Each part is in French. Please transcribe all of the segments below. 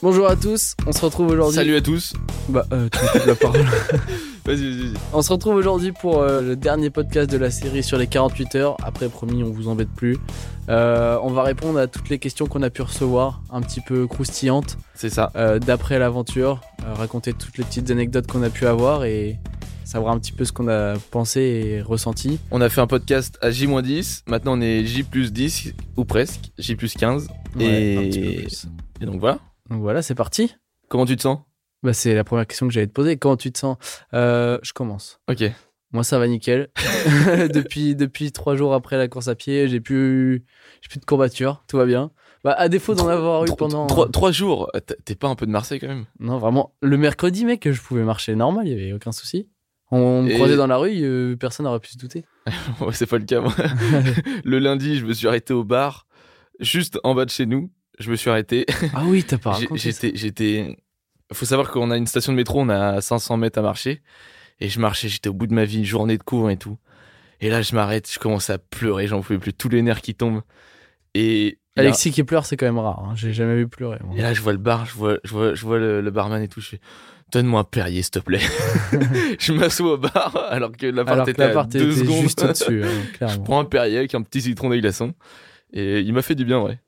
Bonjour à tous, on se retrouve aujourd'hui. Salut à tous. Bah, euh, tu me coupes la parole. Vas-y, vas-y, vas-y. On se retrouve aujourd'hui pour euh, le dernier podcast de la série sur les 48 heures. Après, promis, on vous embête plus. Euh, on va répondre à toutes les questions qu'on a pu recevoir, un petit peu croustillantes, C'est ça. euh, d'après l'aventure, euh, raconter toutes les petites anecdotes qu'on a pu avoir et savoir un petit peu ce qu'on a pensé et ressenti. On a fait un podcast à J-10. Maintenant, on est J 10, ou presque. J 15. Ouais, Et- un petit peu plus. Et donc voilà. Donc voilà, c'est parti. Comment tu te sens Bah, c'est la première question que j'allais te poser. Comment tu te sens Euh, Je commence. Ok. Moi, ça va nickel. depuis, depuis trois jours après la course à pied, j'ai plus, j'ai plus de courbature. Tout va bien. Bah, à défaut d'en avoir eu Tro- pendant. Trois, trois jours. Euh, t'es- T'es pas un peu de Marseille quand même Non, vraiment. Le mercredi, mec, je pouvais marcher normal. Il y avait aucun souci. On me Et- croisait dans la rue, euh, personne n'aurait pu se douter. Ouais, C'est pas le cas. moi. le lundi, je me suis arrêté au bar, juste en bas de chez nous. Je me suis arrêté. ah oui, t'as pas J'ai- raconté. ça. J'étais, j'étais. Faut savoir qu'on a une station de métro, on a 500 mètres à marcher. Et je marchais, j'étais au bout de ma vie, une journée de cours et tout. Et là, je m'arrête, je commence à pleurer, j'en pouvais plus, tous les nerfs qui tombent. Et, il y a- Alexis qui pleure, c'est quand même rare. hein. J'ai jamais vu pleurer. moi. et là, je vois le bar, je vois, je vois, je vois le, le barman et tout. Je fais, donne-moi un perrier, s'il te plaît. je m'assois au bar, alors que Alors l'appart que était à l'appart deux était secondes. juste au-dessus, hein, je clairement. prends un perrier avec un petit citron déglaçant. Et il m'a fait du bien, ouais.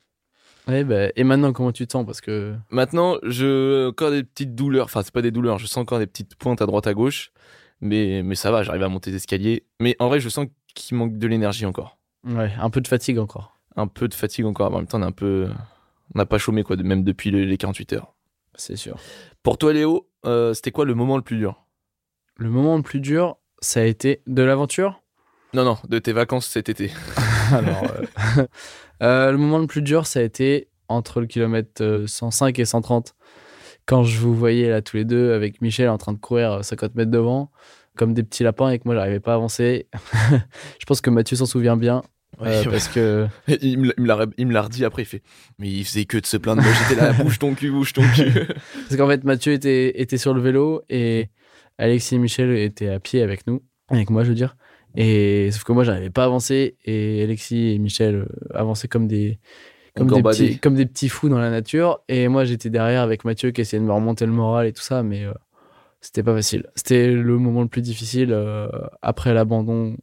Ouais, bah, et maintenant, comment tu te sens Parce que. Maintenant, je encore des petites douleurs. Enfin, c'est pas des douleurs. Je sens encore des petites pointes à droite à gauche, mais mais ça va. J'arrive à monter des escaliers. Mais en vrai, je sens qu'il manque de l'énergie encore. Ouais, un peu de fatigue encore. Un peu de fatigue encore. En même temps, on est un peu, on n'a pas chômé quoi, de- même depuis le- les 48 heures. C'est sûr. Pour toi, Léo, euh, c'était quoi le moment le plus dur Le moment le plus dur, ça a été de l'aventure Non, non, de tes vacances cet été. Alors, euh, euh, le moment le plus dur, ça a été entre le kilomètre euh, 105 et 130. Quand je vous voyais là tous les deux avec Michel en train de courir euh, 50 mètres devant, comme des petits lapins et que moi j'arrivais pas à avancer. je pense que Mathieu s'en souvient bien euh, Ouais, ouais. parce que Il me l'a- il me l'a- il me l'a redit après. Il fait, mais il faisait que de se plaindre. Moi, j'étais là, bouge ton cul, bouge ton cul. parce qu'en fait Mathieu était était sur le vélo et Alexis et Michel étaient à pied avec nous, avec moi je veux dire. Et sauf que moi j'arrivais pas à avancer et Alexis et Michel euh, avançaient comme des comme des, Gambadé. petits, comme des petits fous dans la nature. Et moi, j'étais derrière avec Mathieu qui essayait de me remonter le moral et tout ça, mais euh, c'était pas facile. C'était le moment le plus difficile euh, après l'abandon,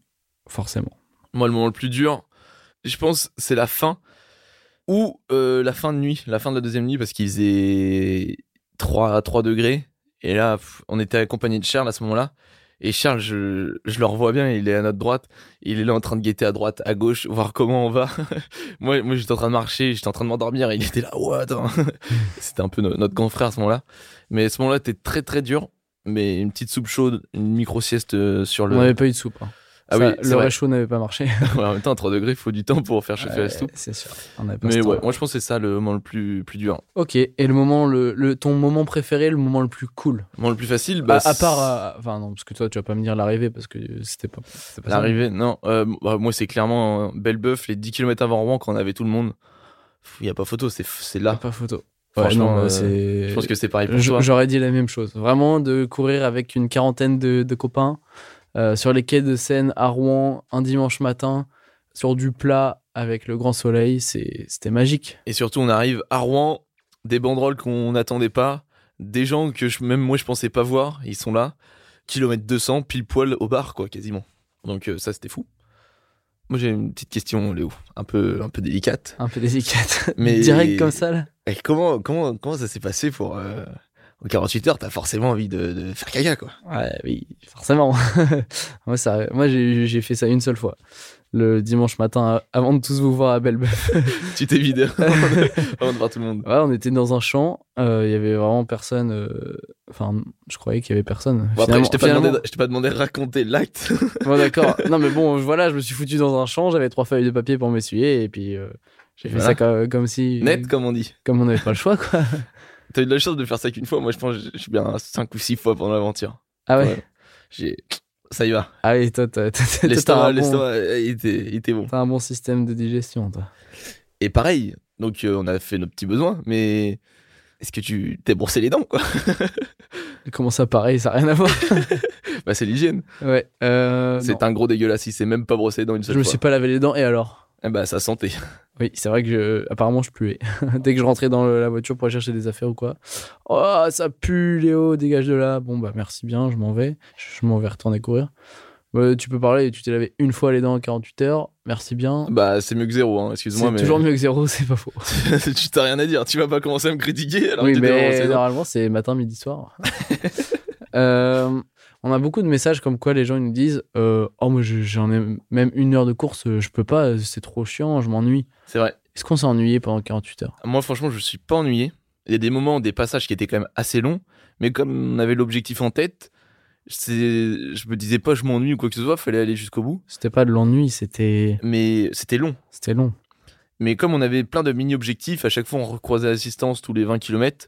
forcément. Moi, le moment le plus dur, je pense, c'est la fin ou euh, la fin de nuit, la fin de la deuxième nuit, parce qu'il faisait 3, 3 degrés. Et là, pff, on était accompagné de Charles à ce moment-là. Et Charles, je, je le revois bien, il est à notre droite. Il est là en train de guetter à droite, à gauche, voir comment on va. moi, moi j'étais en train de marcher, j'étais en train de m'endormir. Et il était là, ouais, attends. C'était un peu no- notre grand frère à ce moment-là. Mais à ce moment-là, t'es très très dur. Mais une petite soupe chaude, une micro-sieste euh, sur le. On n'avait pas eu de soupe. hein. ah Ça, oui, c'est le vrai. réchaud n'avait pas marché. Ouais, en même temps, à 3 degrés, il faut du temps pour faire chauffer la Ouais, soupe. c'est sûr. On n'avait pas ce Mais ouais, temps-là. moi je pense que c'est ça le moment le plus, plus dur. Ok. Et le moment, le, le- ton moment préféré, le moment le plus cool. Le moment le plus facile, bah, à, à part, c'est- euh, enfin non, parce que toi, tu vas pas me dire l'arrivée parce que euh, c'était pas. c'était pas ça. l'arrivée, non. euh, bah, moi c'est clairement euh, Belbeuf, les 10 km avant Rouen, quand on avait tout le monde. Il n'y a pas photo, c'est c'est là. Pas photo. Franchement, non, bah, euh, c'est. Je pense que c'est pareil pour J- toi. J'aurais dit la même chose. Vraiment, de courir avec une quarantaine de, de copains euh, sur les quais de Seine à Rouen un dimanche matin, sur du plat avec le grand soleil, c'est- c'était magique. Et surtout, on arrive à Rouen, des banderoles qu'on n'attendait pas, des gens que je- même moi je pensais pas voir, ils sont là. Kilomètre 200, pile poil au bar, quoi, quasiment. Donc euh, ça, c'était fou. Moi j'ai une petite question, Léo, un peu, un peu délicate. Un peu délicate. Mais- Direct comme ça, là. Et comment, comment, comment ça s'est passé pour. euh, en 48 heures, t'as forcément envie de, de faire caca, quoi. Ouais, Ah oui, forcément. moi, ça- moi j'ai j'ai fait ça une seule fois. Le dimanche matin, avant de tous vous voir à Belle Tu t'es vidé avant de voir tout le monde. Ouais, on était dans un champ, euh, il y avait vraiment personne. euh, Enfin, je croyais qu'il y avait personne. Bon, après, Finalement- je t'ai pas, finalement- demandé- je t'ai pas demandé de raconter l'acte. Bon, d'accord. non, mais bon, voilà, je me suis foutu dans un champ, j'avais trois feuilles de papier pour m'essuyer, et puis euh, j'ai fait Voilà. ça comme, comme si. Net, comme on dit. Comme on n'avait pas le choix, quoi. T'as eu de la chance de faire ça qu'une fois. Moi, je pense que je- je suis bien 5 ou 6 fois pendant l'aventure. Ah ouais. Ouais. J'ai. Ça y va. Ah oui, toi, t'as, t'as- t'as- t'as L'estomac, un bon, l'estomac, euh, il était, il était bon. t'as un bon système de digestion, toi. Et pareil, donc euh, on a fait nos petits besoins, mais est-ce que tu t'es brossé les dents, quoi Comment ça, pareil, ça n'a rien à voir. Bah, c'est l'hygiène. Ouais. euh, non. c'est un gros dégueulasse. Il s'est même pas brossé les dents une Euh, Je seule me fois. suis pas lavé les dents, et alors Eh ben, ça sentait. Oui, c'est vrai que je- apparemment je puais. Dès que je rentrais dans le- la voiture pour aller chercher des affaires ou quoi. Oh, ça pue, Léo, dégage de là. Bon, bah merci bien, je m'en vais. Je m'en vais retourner courir. Euh, tu peux parler, tu t'es lavé une fois les dents en 48 heures. Merci bien. Bah, c'est mieux que zéro, hein, excuse-moi, C'est mais. toujours mieux que zéro, c'est pas faux. tu t'as rien à dire. Tu vas pas commencer à me critiquer alors que oui, t'étais vraiment mais saison. normalement, c'est matin, midi, soir. Euh, on a beaucoup de messages comme quoi les gens ils nous disent euh, Oh, moi je- j'en ai même une heure de course, euh, je peux pas, euh, c'est trop chiant, je m'ennuie. C'est vrai. Est-ce qu'on s'est ennuyé pendant 48 heures Moi, franchement, je suis pas ennuyé. Il y a des moments, des passages qui étaient quand même assez longs, mais comme on avait l'objectif en tête, c'est... je me disais pas je m'ennuie ou quoi que ce soit, fallait aller jusqu'au bout. C'était pas de l'ennui, c'était Mais c'était long. c'était long. Mais comme on avait plein de mini-objectifs, à chaque fois on recroisait l'assistance tous les 20 km,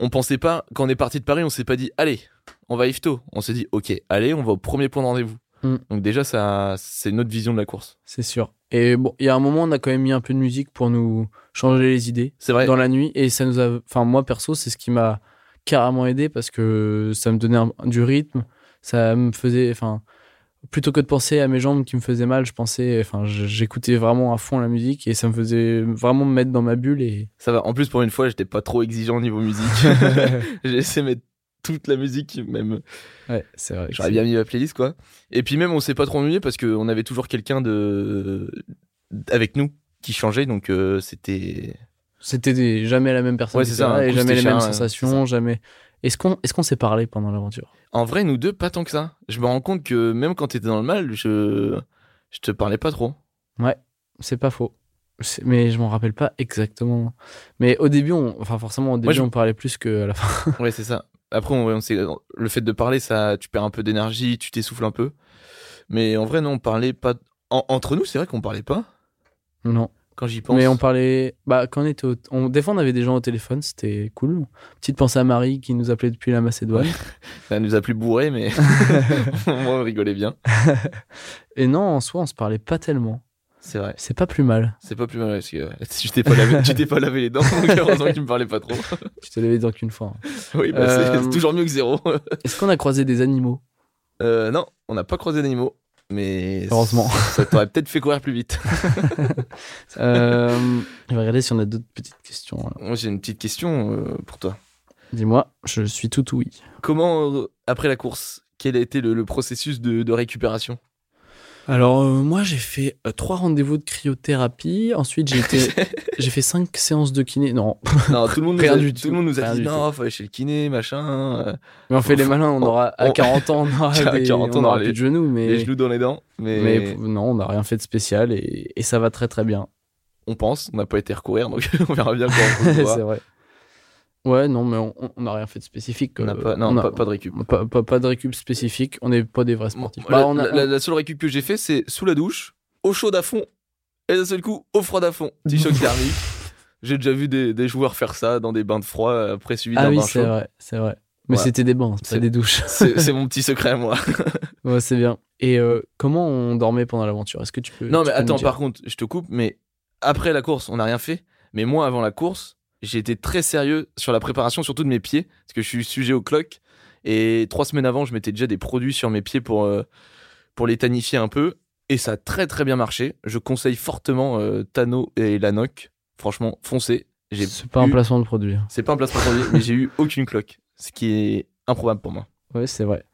on pensait pas, quand on est parti de Paris, on s'est pas dit allez, on va à Ifto. On s'est dit ok, allez, on va au premier point de rendez-vous. Mm. Donc déjà, ça, c'est notre vision de la course. C'est sûr. Et bon, il y a un moment, on a quand même mis un peu de musique pour nous changer les idées C'est vrai. dans la nuit. Et ça nous a. Enfin, moi perso, c'est ce qui m'a carrément aidé parce que ça me donnait un- du rythme. Ça me faisait. Enfin, plutôt que de penser à mes jambes qui me faisaient mal, je pensais. Enfin, je- j'écoutais vraiment à fond la musique et ça me faisait vraiment me mettre dans ma bulle. Et Ça va. En plus, pour une fois, j'étais pas trop exigeant au niveau musique. J'ai laissé mettre toute la musique, même. ouais, c'est vrai. que J'aurais c'est- bien mis ma playlist, quoi. Et puis même, on s'est pas trop ennuyé parce qu'on avait toujours quelqu'un de avec nous qui changeait, donc euh, c'était. C'était des- jamais la même personne. Ouais, qui était c'est ça, là un et coup, jamais les c'était mêmes Charles, ouais, sensations. Jamais. Est-ce qu'on est-ce qu'on s'est parlé pendant l'aventure En vrai, nous deux, pas tant que ça. Je me rends compte que même quand t'étais dans le mal, je je te parlais pas trop. C'est pas faux. C'est- Mais je m'en rappelle pas exactement. Mais au début, on... enfin forcément, au début, je- on parlait plus qu'à la fin. ouais, c'est ça. Après, on, on s'est- le fait de parler, ça, tu perds un peu d'énergie, tu t'essouffles un peu. Mais en vrai, non, on parlait pas. en- entre nous, c'est vrai qu'on parlait pas. Non. Quand j'y pense. Mais on parlait. Bah, quand on était au... on... Des fois, on avait des gens au téléphone, c'était cool. Petite pensée à Marie qui nous appelait depuis la Macédoine. Ça nous a plus bourré, mais moi, on rigolait bien. Et non, en soi, on se parlait pas tellement. C'est vrai. C'est pas plus mal. C'est pas plus mal parce que euh, tu t'es pas lavé, tu t'es pas lavé les dents, donc heureusement que tu me parlais pas trop. Je te l'avais dit qu'une fois. hein. Oui, bah, c'est- Euh, c'est toujours mieux que zéro. Est-ce qu'on a croisé des animaux Euh, non, on n'a pas croisé d'animaux, mais Heureusement. ça t'aurait peut-être fait courir plus vite. Euh, Je vais regarder si on a d'autres petites questions. alors. Moi, j'ai une petite question euh, pour toi. Dis-moi, je suis tout oui. Comment, euh, après la course, quel a été le, le processus de, de récupération Alors, euh, moi, j'ai fait euh, trois rendez-vous de cryothérapie. Ensuite, j'ai été. J'ai fait 5 séances de kiné. Non, Non, tout le monde nous Rien a, du tout tout, le monde nous a rien dit du non, faut aller chez le kiné, machin, euh, mais on fait les malins, on aura à on- 40 ans, on À aura, des, 40 ans, on on aura aura plus les- de genoux, les mais, genoux dans les dents. Mais, mais p- non, on n'a rien fait de spécial et, et ça va très très bien. on pense, on n'a pas été recourir, donc on verra bien quand on C'est retrouvera. vrai. Ouais, non, mais on- on n'a rien fait de spécifique. On n'a euh, pas, non, on a- pas, pas de récup. on a pas- pas- pas de récup spécifique, on n'est pas des vrais Bon, sportifs. la, Bah, on a- la- la- la seule récup que j'ai fait, c'est sous la douche, au chaud à fond, et d'un seul coup, au froid à fond. Petit choc thermique. J'ai déjà vu des, des joueurs faire ça dans des bains de froid euh, après suivi Ah d'un oui, bain c'est chaud. vrai, c'est vrai. Mais Voilà. c'était des bancs, C'est- c'était des douches. C'est c'est mon petit secret à moi. Ouais, c'est bien. Et euh, comment on dormait pendant l'aventure Est-ce que tu peux. non, tu mais peux nous attends, dire par contre, je te coupe, mais après la course, on n'a rien fait. Mais moi, avant la course, j'ai été très sérieux sur la préparation, surtout de mes pieds, parce que je suis sujet au clock. Et trois semaines avant, je mettais déjà des produits sur mes pieds pour, euh, pour les tanifier un peu. Et ça a très très bien marché. Je conseille fortement euh, Tano et Lanoc. Franchement, foncez. J'ai C'est pas un eu- placement de produit. C'est pas un placement produit, mais j'ai eu aucune cloque, ce qui est improbable pour moi. Ouais, c'est vrai.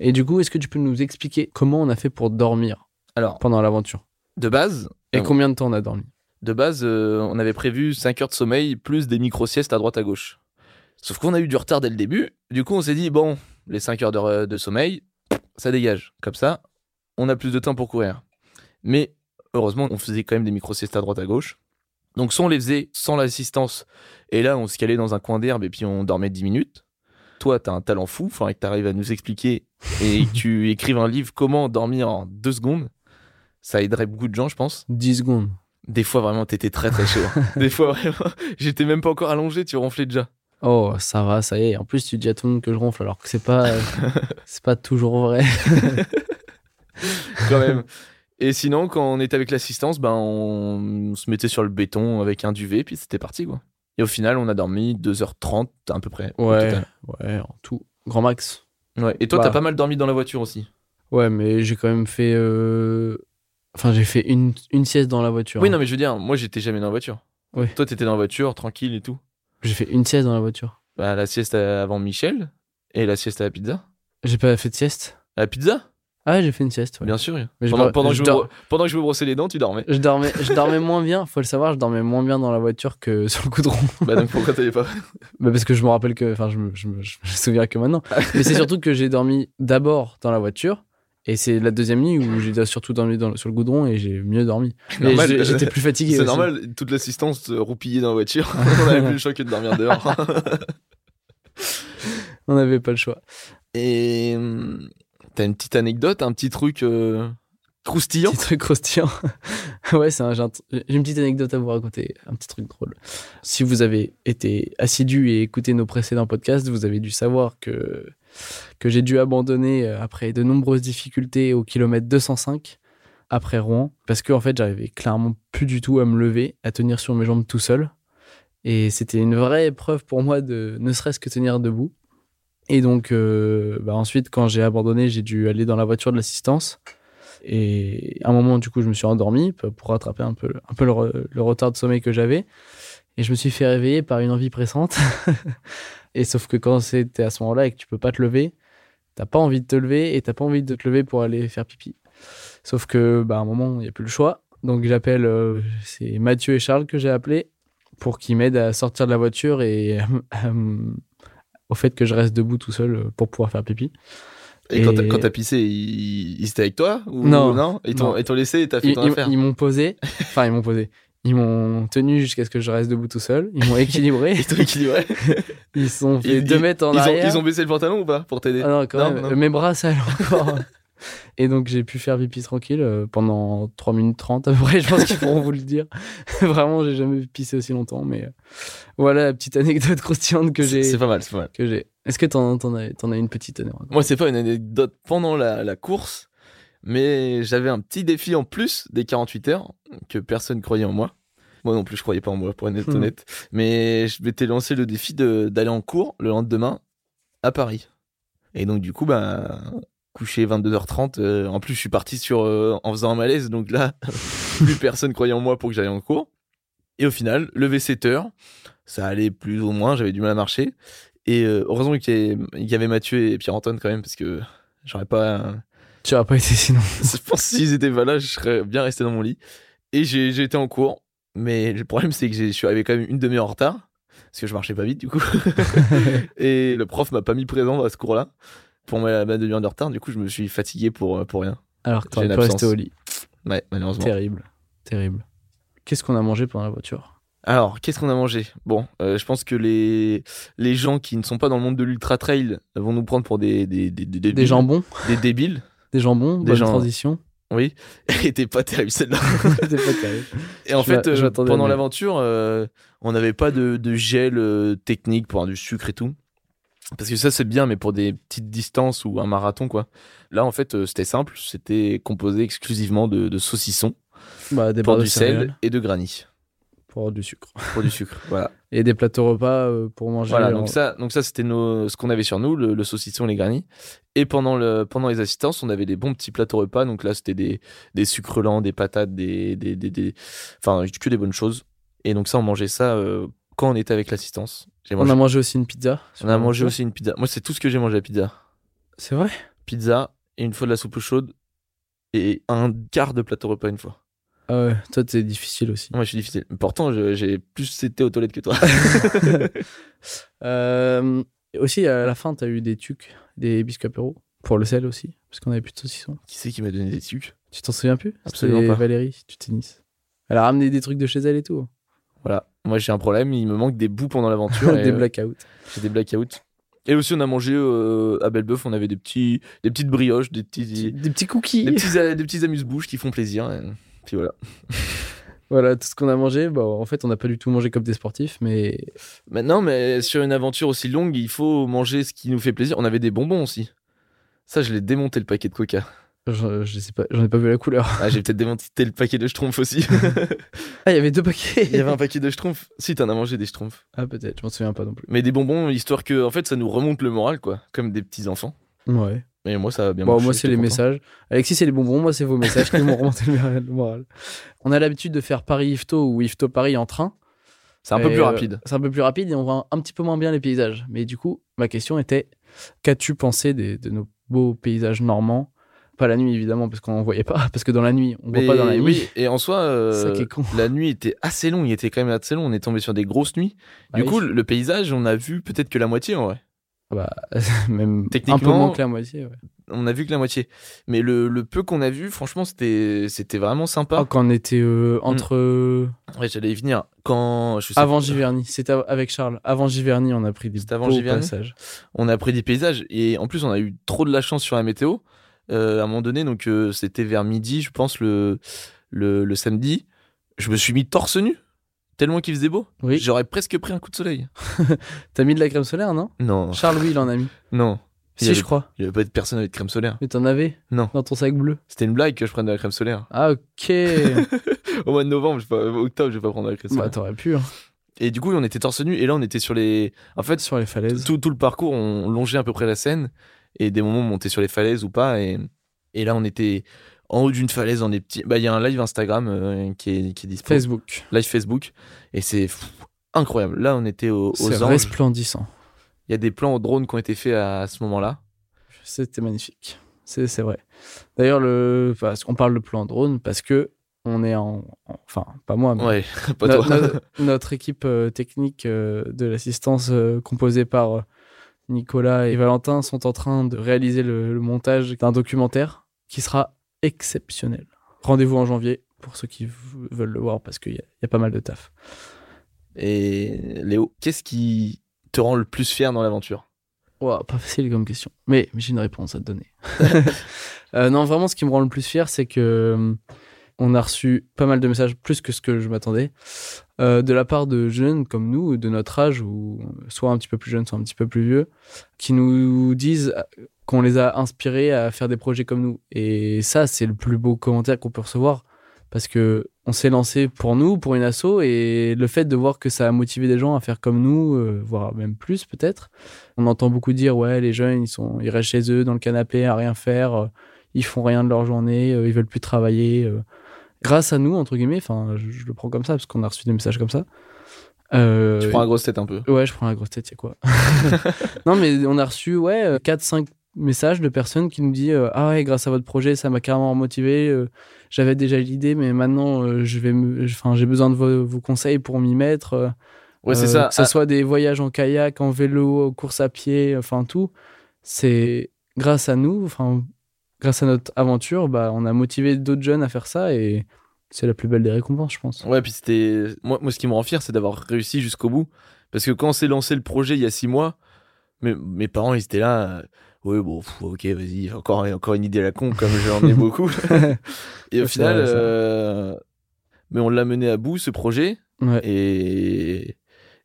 Et du coup, est-ce que tu peux nous expliquer comment on a fait pour dormir Alors, pendant l'aventure de base, Et Ah bon. combien de temps on a dormi De base, euh, on avait prévu 5 heures de sommeil plus des micro-siestes à droite à gauche. Sauf qu'on a eu du retard dès le début. Du coup, on s'est dit, bon, les 5 heures de, de sommeil, ça dégage. Comme ça, on a plus de temps pour courir. Mais heureusement, on faisait quand même des micro-siestes à droite à gauche. Donc, soit on les faisait sans l'assistance, et là, on se calait dans un coin d'herbe et puis on dormait 10 minutes. Toi, t'as un talent fou, faudrait que t'arrives à nous expliquer et que tu écrives un livre comment dormir en 2 secondes. Ça aiderait beaucoup de gens, je pense. 10 secondes. Des fois, vraiment, t'étais très très chaud. Des fois, vraiment, j'étais même pas encore allongé, tu ronflais déjà. Oh, ça va, ça y est. En plus, tu dis à tout le monde que je ronfle alors que c'est pas, euh, c'est pas toujours vrai. Quand même. Et sinon, quand on était avec l'assistance, ben, on... on se mettait sur le béton avec un duvet, puis c'était parti, quoi. Et au final, on a dormi 2h30 à peu près. au total. ouais, en tout. Grand max. ouais. Et toi, Bah. t'as pas mal dormi dans la voiture aussi. Ouais, mais j'ai quand même fait euh, Enfin, j'ai fait une, une sieste dans la voiture. Oui, hein. non, mais je veux dire, moi, j'étais jamais dans la voiture. Oui. Toi, t'étais dans la voiture, tranquille et tout. J'ai fait une sieste dans la voiture. Bah, la sieste avant Michel et la sieste à la pizza. J'ai pas fait de sieste À la pizza Ah, j'ai fait une sieste, ouais. Bien sûr. Mais je pendant, dors- pendant que je je me dors- bro- pendant que je me brossais les dents, tu dormais. Je dormais, je dormais moins bien, faut le savoir, je dormais moins bien dans la voiture que sur le coudron. bah, donc pourquoi t'allais pas Bah, parce que je me rappelle que, enfin, je me, je me- je me souviens que maintenant. Mais c'est surtout que j'ai dormi d'abord dans la voiture. Et c'est la deuxième nuit où j'ai surtout dormi dans- sur le goudron et j'ai mieux dormi. Mais Normal. j'ai- j'étais plus fatigué. C'est aussi. normal, toute l'assistance euh, roupillée dans la voiture. On avait plus le choix que de dormir dehors. On n'avait pas le choix. Et hum, t'as une petite anecdote, un petit truc euh, croustillant Petit truc croustillant. ouais, c'est un, j'ai un tr- j'ai une petite anecdote à vous raconter, un petit truc drôle. Si vous avez été assidu et écouté nos précédents podcasts, vous avez dû savoir que, que j'ai dû abandonner euh, après de nombreuses difficultés au kilomètre 205 après Rouen, parce que en fait, j'arrivais clairement plus du tout à me lever, à tenir sur mes jambes tout seul. Et c'était une vraie épreuve pour moi de ne serait-ce que tenir debout. Et donc, euh, bah ensuite, quand j'ai abandonné, j'ai dû aller dans la voiture de l'assistance. Et à un moment, du coup, je me suis endormi p- pour rattraper un peu, le- un peu le, re- le retard de sommeil que j'avais. Et je me suis fait réveiller par une envie pressante. et sauf que quand c'était à ce moment-là et que tu peux pas te lever, t'as pas envie de te lever et t'as pas envie de te lever pour aller faire pipi. Sauf que, bah, à un moment, il n'y a plus le choix. Donc j'appelle, euh, c'est Mathieu et Charles que j'ai appelé pour qu'ils m'aident à sortir de la voiture et à m- au fait que je reste debout tout seul euh, pour pouvoir faire pipi. Et quand t'as- Et- quand t'as pissé, ils il étaient avec toi ou Non. Ils t'ont Non. ils t'ont laissé et t'as fait Ils, ton ils- affaire. ils m'ont posé, enfin ils m'ont posé, ils m'ont tenu jusqu'à ce que je reste debout tout seul, ils m'ont équilibré, Ils t'ont équilibré. ils sont fait Ils- deux mètres en Ils ont, arrière. ils ont hein. baissé le pantalon ou pas pour t'aider Ah non, quand Non, même, non. euh, mes bras sales encore. Et donc j'ai pu faire pipi tranquille euh, pendant 3 minutes 30 à peu près, je pense qu'ils pourront vous le dire. Vraiment, j'ai jamais pissé aussi longtemps, mais euh, voilà la petite anecdote croustillante que C'est j'ai. c'est pas mal, c'est pas mal. que j'ai. Est-ce que t'en t'en as, t'en as une petite à nous raconter Moi, c'est pas une anecdote pendant la, la course, mais j'avais un petit défi en plus des 48 heures que personne croyait en moi. Moi non plus, je croyais pas en moi, pour être Hmm. honnête. Mais je m'étais lancé le défi de- d'aller en cours le lendemain à Paris. Et donc, du coup, bah, couché 22h30. euh, en plus, je suis parti sur, euh, en faisant un malaise, donc là, plus personne croyait en moi pour que j'aille en cours. Et au final, levé 7h, ça allait plus ou moins, j'avais du mal à marcher. Et euh, heureusement qu'il y, avait- il y avait Mathieu et Pierre-Antoine quand même, parce que j'aurais pas. Tu n'auras pas été sinon. Je pense que s'ils étaient pas là, je serais bien resté dans mon lit. Et j'ai j'ai été en cours, mais le problème c'est que j'ai- je suis arrivé quand même une demi-heure en retard, parce que je marchais pas vite du coup. et le prof m'a pas mis présent à ce cours-là pour ma, ma demi-heure de retard, du coup je me suis fatigué pour, euh, pour rien. Alors que J'ai t'aurais une pas resté absence. au lit. Ouais, malheureusement. Terrible. Terrible. Qu'est-ce qu'on a mangé pendant la voiture Alors, qu'est-ce qu'on a mangé Bon, euh, je pense que les, les gens qui ne sont pas dans le monde de l'ultra-trail vont nous prendre pour des, des, des, des, Des jambons Des débiles. Des jambons, Des bonne gens- transition. Oui, et t'es pas terrible celle-là. C'était pas terrible. Et en Je m'a- fait, euh, je m'attendais à pendant mieux. l'aventure, euh, on n'avait pas de, de gel euh, technique pour avoir du sucre et tout. Parce que ça, c'est bien, mais pour des petites distances ou un marathon, quoi. Là, en fait, euh, c'était simple. C'était composé exclusivement de, de saucissons, Bah, des pour barres de du sel céréales, et de granit, pour du sucre. pour du sucre. Voilà. Et des plateaux repas euh, pour manger. Voilà, en- donc ça, donc ça c'était nos- ce qu'on avait sur nous, le, le saucisson et les granits. Et pendant, le, pendant les assistances, on avait des bons petits plateaux repas. Donc là, c'était des, des sucres lents, des patates, des, des, des, des- Enfin, que des bonnes choses. Et donc ça, on mangeait ça euh, quand on était avec l'assistance. J'ai On mangé- a mangé aussi une pizza. on a mangé aussi une pizza. Moi, c'est tout ce que j'ai mangé à pizza. C'est vrai Pizza, et une fois de la soupe chaude, et un quart de plateau repas une fois. Ah ouais, toi, t'es difficile aussi. Moi, je suis difficile. Pourtant, je- j'ai plus été aux toilettes que toi. Euh, et aussi, à la fin, t'as eu des tucs, des biscuits apéro. Pour le sel aussi, parce qu'on avait plus de saucisson. qui c'est qui m'a donné des sucres Tu t'en souviens plus Absolument C'était pas. Valérie, du tennis. Elle a ramené des trucs de chez elle et tout. Voilà. Moi, j'ai un problème. Il me manque des bouts pendant l'aventure. et, des euh, blackouts. J'ai des blackouts. Et aussi, on a mangé euh, à Belbeuf, on avait des, petits, des petites brioches, des petits, Des petits cookies. des petits, a- des petits amuse-bouches qui font plaisir. et puis voilà. Voilà, tout ce qu'on a mangé, bah, en fait, on n'a pas du tout mangé comme des sportifs, mais Maintenant, mais sur une aventure aussi longue, il faut manger ce qui nous fait plaisir. On avait des bonbons aussi. Ça, je l'ai démonté le paquet de coca. je, je sais pas, j'en ai pas vu la couleur. Ah, j'ai peut-être démonté le paquet de schtroumpfs aussi. Ah, il y avait deux paquets. il y avait un paquet de schtroumpfs. Si, t'en as mangé des schtroumpfs. Ah, peut-être, je m'en souviens pas non plus. Mais des bonbons, histoire que, en fait, ça nous remonte le moral, quoi. Comme des petits enfants. Ouais. Mais Bah, moi, ça a bien Bon, marché, moi, c'est j'étais les content. messages. Alexis, c'est les bonbons. Moi, c'est vos messages qui m'ont remonté le le moral. On a l'habitude de faire Paris-Ifto ou Ifto-Paris en train. C'est un peu Et, plus euh, rapide. C'est un peu plus rapide et on voit un, un petit peu moins bien les paysages. Mais du coup, ma question était qu'as-tu pensé des- de nos beaux paysages normands Pas la nuit, évidemment, parce qu'on ne voyait pas. Parce que dans la nuit, on ne Mais voit pas dans la nuit. oui, et en soi, euh, C'est ça qui est con. la nuit était assez longue. Il était quand même assez long. On est tombé sur des grosses nuits. du Bah coup, oui. le paysage, on a vu peut-être que la moitié en vrai. Ah bah, même un peu Techniquement- moins que la moitié. ouais. On a vu que la moitié. Mais le, le peu qu'on a vu, franchement, c'était c'était vraiment Ah, sympa. quand on était Mm. euh, entre. Ouais, j'allais y venir. Quand je sais Ah. Avant pas, Giverny, c'était av- avec Charles. Avant Giverny, on a pris des C'était avant beaux Giverny passages. on a pris des paysages et en plus on a eu trop de la chance sur la météo. Euh, à un moment donné, donc euh, c'était vers midi, je pense le, le le samedi, je me suis mis torse nu tellement qu'il faisait beau. Oui. J'aurais presque pris un coup de soleil. T'as mis de la crème solaire, non Non, Charles, oui, il en a mis. non, Il y si, avait- je crois. il n'y avait pas de personne avec de crème solaire. Mais t'en avais Non. Dans ton sac bleu. C'était une blague que je prenne de la crème solaire. Ah, ok. Au mois de novembre, je vais pas- octobre, je vais pas prendre de la crème bah, solaire. t'aurais pu. hein. et du coup, on était torse nu et là on était sur les. En fait, Sur les falaises. tout, tout le parcours, on longeait à peu près la Seine et des moments on montait sur les falaises ou pas. Et, et là, on était en haut d'une falaise dans des petits. Bah, il y a un live Instagram euh, qui est, qui est dispo. Facebook. Live Facebook. Et c'est pff, incroyable. Là, on était au- C'est aux anges. resplendissant. Il y a des plans au drone qui ont été faits à, à ce moment-là. C'était magnifique. C'est c'est vrai. D'ailleurs, le... enfin, on parle de plan drone parce que on est en. en- Enfin, pas moi, mais Ouais, pas No- toi. no- notre équipe euh, technique euh, de l'assistance euh, composée par euh, Nicolas et Valentin sont en train de réaliser le, le montage d'un documentaire qui sera exceptionnel. Rendez-vous en janvier pour ceux qui v- veulent le voir parce qu'il y, a- il y a pas mal de taf. Et Léo, qu'est-ce qui te rend le plus fier dans l'aventure Ouah, pas facile comme question. Mais, mais j'ai une réponse à te donner. Euh, non, vraiment, ce qui me rend le plus fier, c'est que euh, on a reçu pas mal de messages, plus que ce que je m'attendais, euh, de la part de jeunes comme nous, de notre âge, ou soit un petit peu plus jeunes, soit un petit peu plus vieux, qui nous disent qu'on les a inspirés à faire des projets comme nous. Et ça, c'est le plus beau commentaire qu'on peut recevoir. Parce que on s'est lancé pour nous, pour une asso, et le fait de voir que ça a motivé des gens à faire comme nous, euh, voire même plus peut-être, on entend beaucoup dire ouais, les jeunes ils sont ils restent chez eux dans le canapé à rien faire, euh, ils font rien de leur journée, euh, ils veulent plus travailler. euh. Grâce à nous entre guillemets, enfin je, je le prends comme ça parce qu'on a reçu des messages comme ça. Euh, Tu prends la grosse tête un peu. Ouais, je prends la grosse tête, c'est quoi Non, mais on a reçu ouais 4 5 messages de personnes qui nous disent euh, ah ouais, grâce à votre projet, ça m'a carrément motivé, euh, j'avais déjà l'idée mais maintenant euh, je vais me- enfin j'ai besoin de vos, vos conseils pour m'y mettre. euh, Ouais, c'est euh, ça. Que ce Ah, soit des voyages en kayak, en vélo, en course à pied, enfin tout. C'est grâce à nous, enfin, grâce à notre aventure, bah, on a motivé d'autres jeunes à faire ça et c'est la plus belle des récompenses, je pense. Ouais, puis c'était. Moi, moi, ce qui me rend fier, c'est d'avoir réussi jusqu'au bout. Parce que quand on s'est lancé le projet il y a six mois, mes, mes parents, ils étaient là. euh, Ouais, bon, pff, ok, vas-y, encore, encore une idée à la con, comme j'en ai beaucoup. Et au C'est final, vrai, ça. euh, mais on l'a mené à bout, ce projet. Ouais. Et, et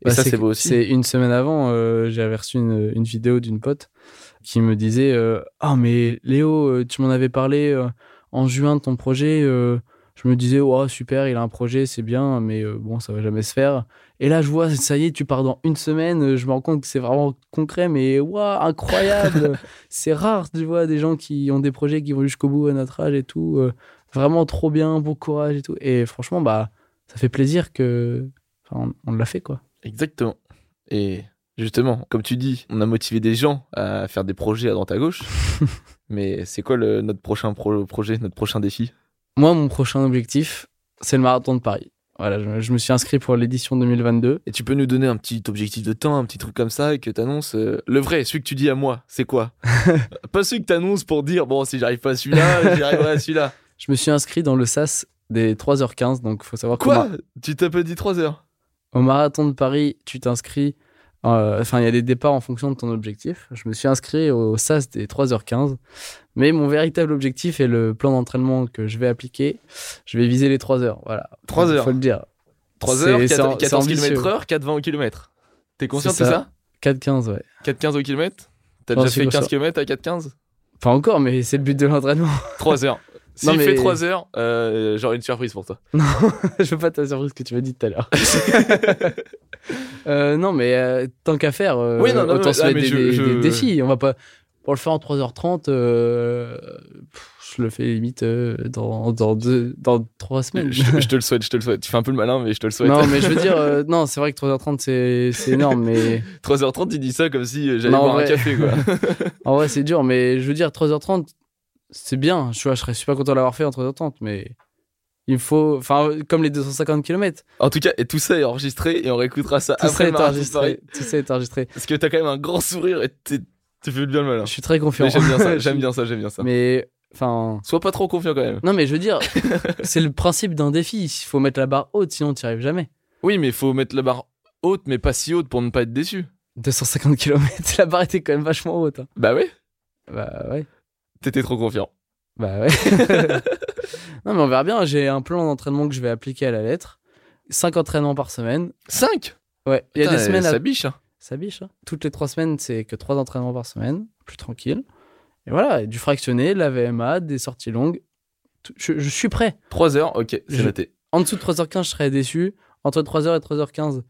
Bah, ça, c'est c'est que- beau aussi. C'est une semaine avant, euh, j'avais reçu une, une vidéo d'une pote qui me disait euh, Ah, mais Léo, euh, tu m'en avais parlé euh, en juin de ton projet. euh, je me disais Oh, super, il a un projet, c'est bien, mais euh, bon, ça va jamais se faire. Et là, je vois, ça y est, tu pars dans une semaine. euh, Je me rends compte que c'est vraiment concret, mais waouh, incroyable C'est rare, tu vois, des gens qui ont des projets qui vont jusqu'au bout à notre âge et tout. euh, vraiment trop bien, bon courage et tout. Et franchement, bah, ça fait plaisir que. Enfin, on on l'a fait, quoi. Exactement. Et justement, comme tu dis, on a motivé des gens à faire des projets à droite à gauche. mais c'est quoi le- notre prochain pro- projet, notre prochain défi Moi, mon prochain objectif, c'est le marathon de Paris. Voilà, je, je me suis inscrit pour l'édition 2022. Et tu peux nous donner un petit objectif de temps, un petit truc comme ça, et que t'annonces euh, le vrai, celui que tu dis à moi, c'est quoi Pas celui que t'annonces pour dire bon si j'arrive pas à celui-là, j'y arriverai à celui-là. Je me suis inscrit dans le SAS des 3h15, donc faut savoir qu'au Quoi ma- Tu t'as pas dit 3 heures Au marathon de Paris, tu t'inscris. euh, Enfin, il y a des départs en fonction de ton objectif. Je me suis inscrit au SAS des 3h15. Mais mon véritable objectif et le plan d'entraînement que je vais appliquer, je vais viser les 3h. Voilà. 3 heures. Faut le dire. 3 heures, C'est- c'est 4, am- 14 c'est ambitieux. km/h, 4 20 au kilomètre. T'es conscient de C'est ça, ça. 4-15, ouais. 4 15 au kilomètre T'as Non, déjà je fait suis 15 conscient. km à 4 15 Pas encore, mais c'est le but de l'entraînement. 3 heures. Si Non, tu mais- fais 3 heures, euh, j'aurai une surprise pour toi. je veux pas ta surprise que tu m'as dit tout à l'heure. Euh, non, mais euh, tant qu'à faire, euh, Oui, non, non, autant mais- euh, se ah, mettre mais des, je- des- je- des défis. On va pas. pour le faire en 3h30, euh, pff, je le fais limite euh, dans, dans, deux, dans trois semaines. je, te- je te le souhaite, je te le souhaite. Tu fais un peu le malin, mais je te le souhaite. Non, mais je veux dire, euh, non, c'est vrai que 3h30, c'est c'est énorme, mais 3h30, tu dis ça comme si euh, j'allais Non, en boire un vrai. café, quoi. en vrai, c'est dur. Mais je veux dire, 3h30, c'est bien. Je, vois, je serais super content de l'avoir fait en 3h30, mais il me faut. Enfin, comme les 250 km, en tout cas, et tout ça est enregistré et on réécoutera ça tout après ça le est marathon de Paris. enregistré. Tout ça est enregistré. Parce que t'as quand même un grand sourire et t'es- tu fais bien le malin. Je suis très Mais confiant. J'aime bien ça, j'aime bien ça, j'aime bien ça. Mais, enfin. Sois pas trop confiant quand même. Non, mais je veux dire, c'est le principe d'un défi. Il faut mettre la barre haute, sinon tu n'y arrives jamais. Oui, mais faut mettre la barre haute, mais pas si haute pour ne pas être déçu. 250 km, la barre était quand même vachement haute. hein. Bah ouais, Bah ouais. t'étais trop confiant. Bah ouais. non, mais on verra bien. J'ai un plan d'entraînement que je vais appliquer à la lettre. 5 entraînements par semaine. 5 Ouais. Il y a des semaines à. Ça biche. hein. Ça biche. hein. Toutes les 3 semaines, c'est que 3 entraînements par semaine. Plus tranquille. Et voilà. Du fractionné, de la VMA, des sorties longues. Tout- Je, je suis prêt. 3 heures, ok, c'est Je- noté. En dessous de 3h15, je serais déçu. Entre 3h et 3h15,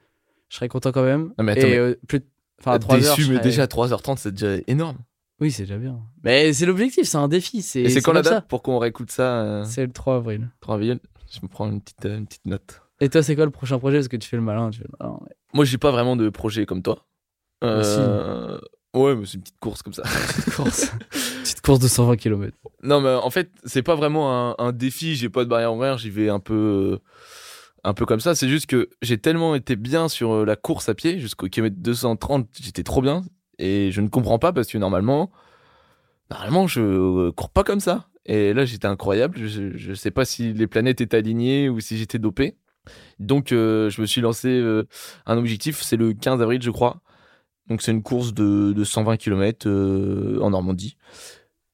je serais content quand même. Non, mais attends, et mais- euh, plus. Enfin, à 3 déçu, heures, je mais serais- déjà à 3h30, c'est déjà énorme. Oui, c'est déjà bien. Mais c'est l'objectif, c'est un défi. Et, C'est c'est quand la comme ça. date pour qu'on réécoute ça euh, C'est le 3 avril. 3 avril Je me prends une petite, euh, une petite note. Et toi, c'est quoi le prochain projet Parce que tu fais le malin. Tu fais le malin. Moi, j'ai pas vraiment de projet comme toi. Bah, Euh, Ouais, mais c'est une petite course comme ça. Petite course. Petite course de 120 km. Non, mais en fait, c'est pas vraiment un, un défi. J'ai pas de barrière horaire. J'y vais un peu, euh, un peu comme ça. C'est juste que j'ai tellement été bien sur euh, la course à pied jusqu'au kilomètre 230. J'étais trop bien. Et je ne comprends pas parce que normalement, normalement, je euh, cours pas comme ça. Et là, j'étais incroyable. Je, je sais pas si les planètes étaient alignées ou si j'étais dopé. Donc, euh, je me suis lancé euh, un objectif. C'est le 15 avril, je crois. Donc, c'est une course de, de 120 km euh, en Normandie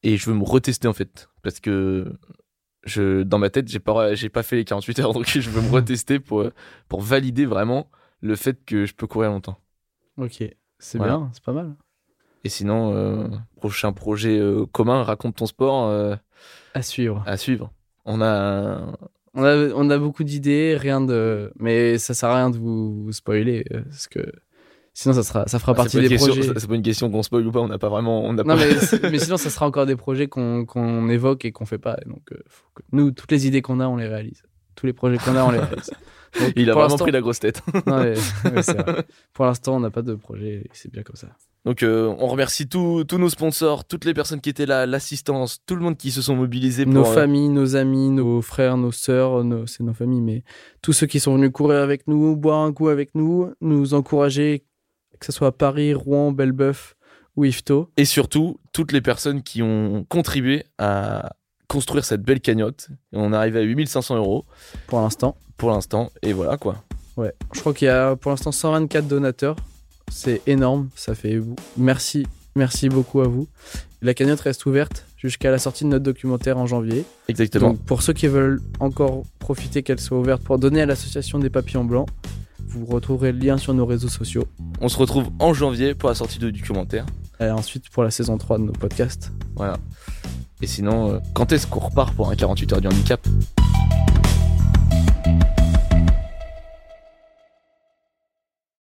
et je veux me retester en fait parce que je dans ma tête j'ai pas j'ai pas fait les 48 heures donc je veux me retester pour euh, pour valider vraiment le fait que je peux courir longtemps Ok. C'est Voilà. bien, c'est pas mal. et sinon euh, prochain projet euh, commun raconte ton sport euh, À suivre. à suivre on a Ah, un- On a, on a beaucoup d'idées, rien de. Mais ça sert à rien de vous, vous spoiler. euh, Parce que sinon, ça, sera, ça fera Ah, partie c'est pas une des question- projets. c'est pas une question qu'on spoil ou pas on n'a pas vraiment on n'a Non, pas mais, c'est- mais sinon, ça sera encore des projets qu'on qu'on évoque et qu'on fait pas. Et Donc, euh, faut que- nous, toutes les idées qu'on a, on les réalise. Tous les projets qu'on a, on les réalise. Donc, il a pour vraiment l'instant- pris la grosse tête Non, mais- oui, c'est vrai. Pour l'instant, on n'a pas de projet et c'est bien comme ça. Donc euh, on remercie tous tous nos sponsors, toutes les personnes qui étaient là, l'assistance, tout le monde qui se sont mobilisés pour Nos euh, familles, nos amis, nos frères, nos sœurs, nos- c'est nos familles, mais tous ceux qui sont venus courir avec nous, boire un coup avec nous, nous encourager, que ce soit à Paris, Rouen, Belleboeuf ou Ifto. et surtout toutes les personnes qui ont contribué à construire cette belle cagnotte. Et On arrive à 8500 euros Pour l'instant, pour l'instant, et voilà quoi. ouais. Je crois qu'il y a pour l'instant 124 donateurs. C'est énorme, ça fait beaucoup. Merci, merci beaucoup à vous. La cagnotte reste ouverte jusqu'à la sortie de notre documentaire en janvier. Exactement. Donc pour ceux qui veulent encore profiter qu'elle soit ouverte pour donner à l'association des papillons blancs, vous retrouverez le lien sur nos réseaux sociaux. on se retrouve en janvier pour la sortie de- du documentaire. Et ensuite pour la saison 3 de nos podcasts. Voilà. Et sinon, euh, quand est-ce qu'on repart pour un 48 heures du handicap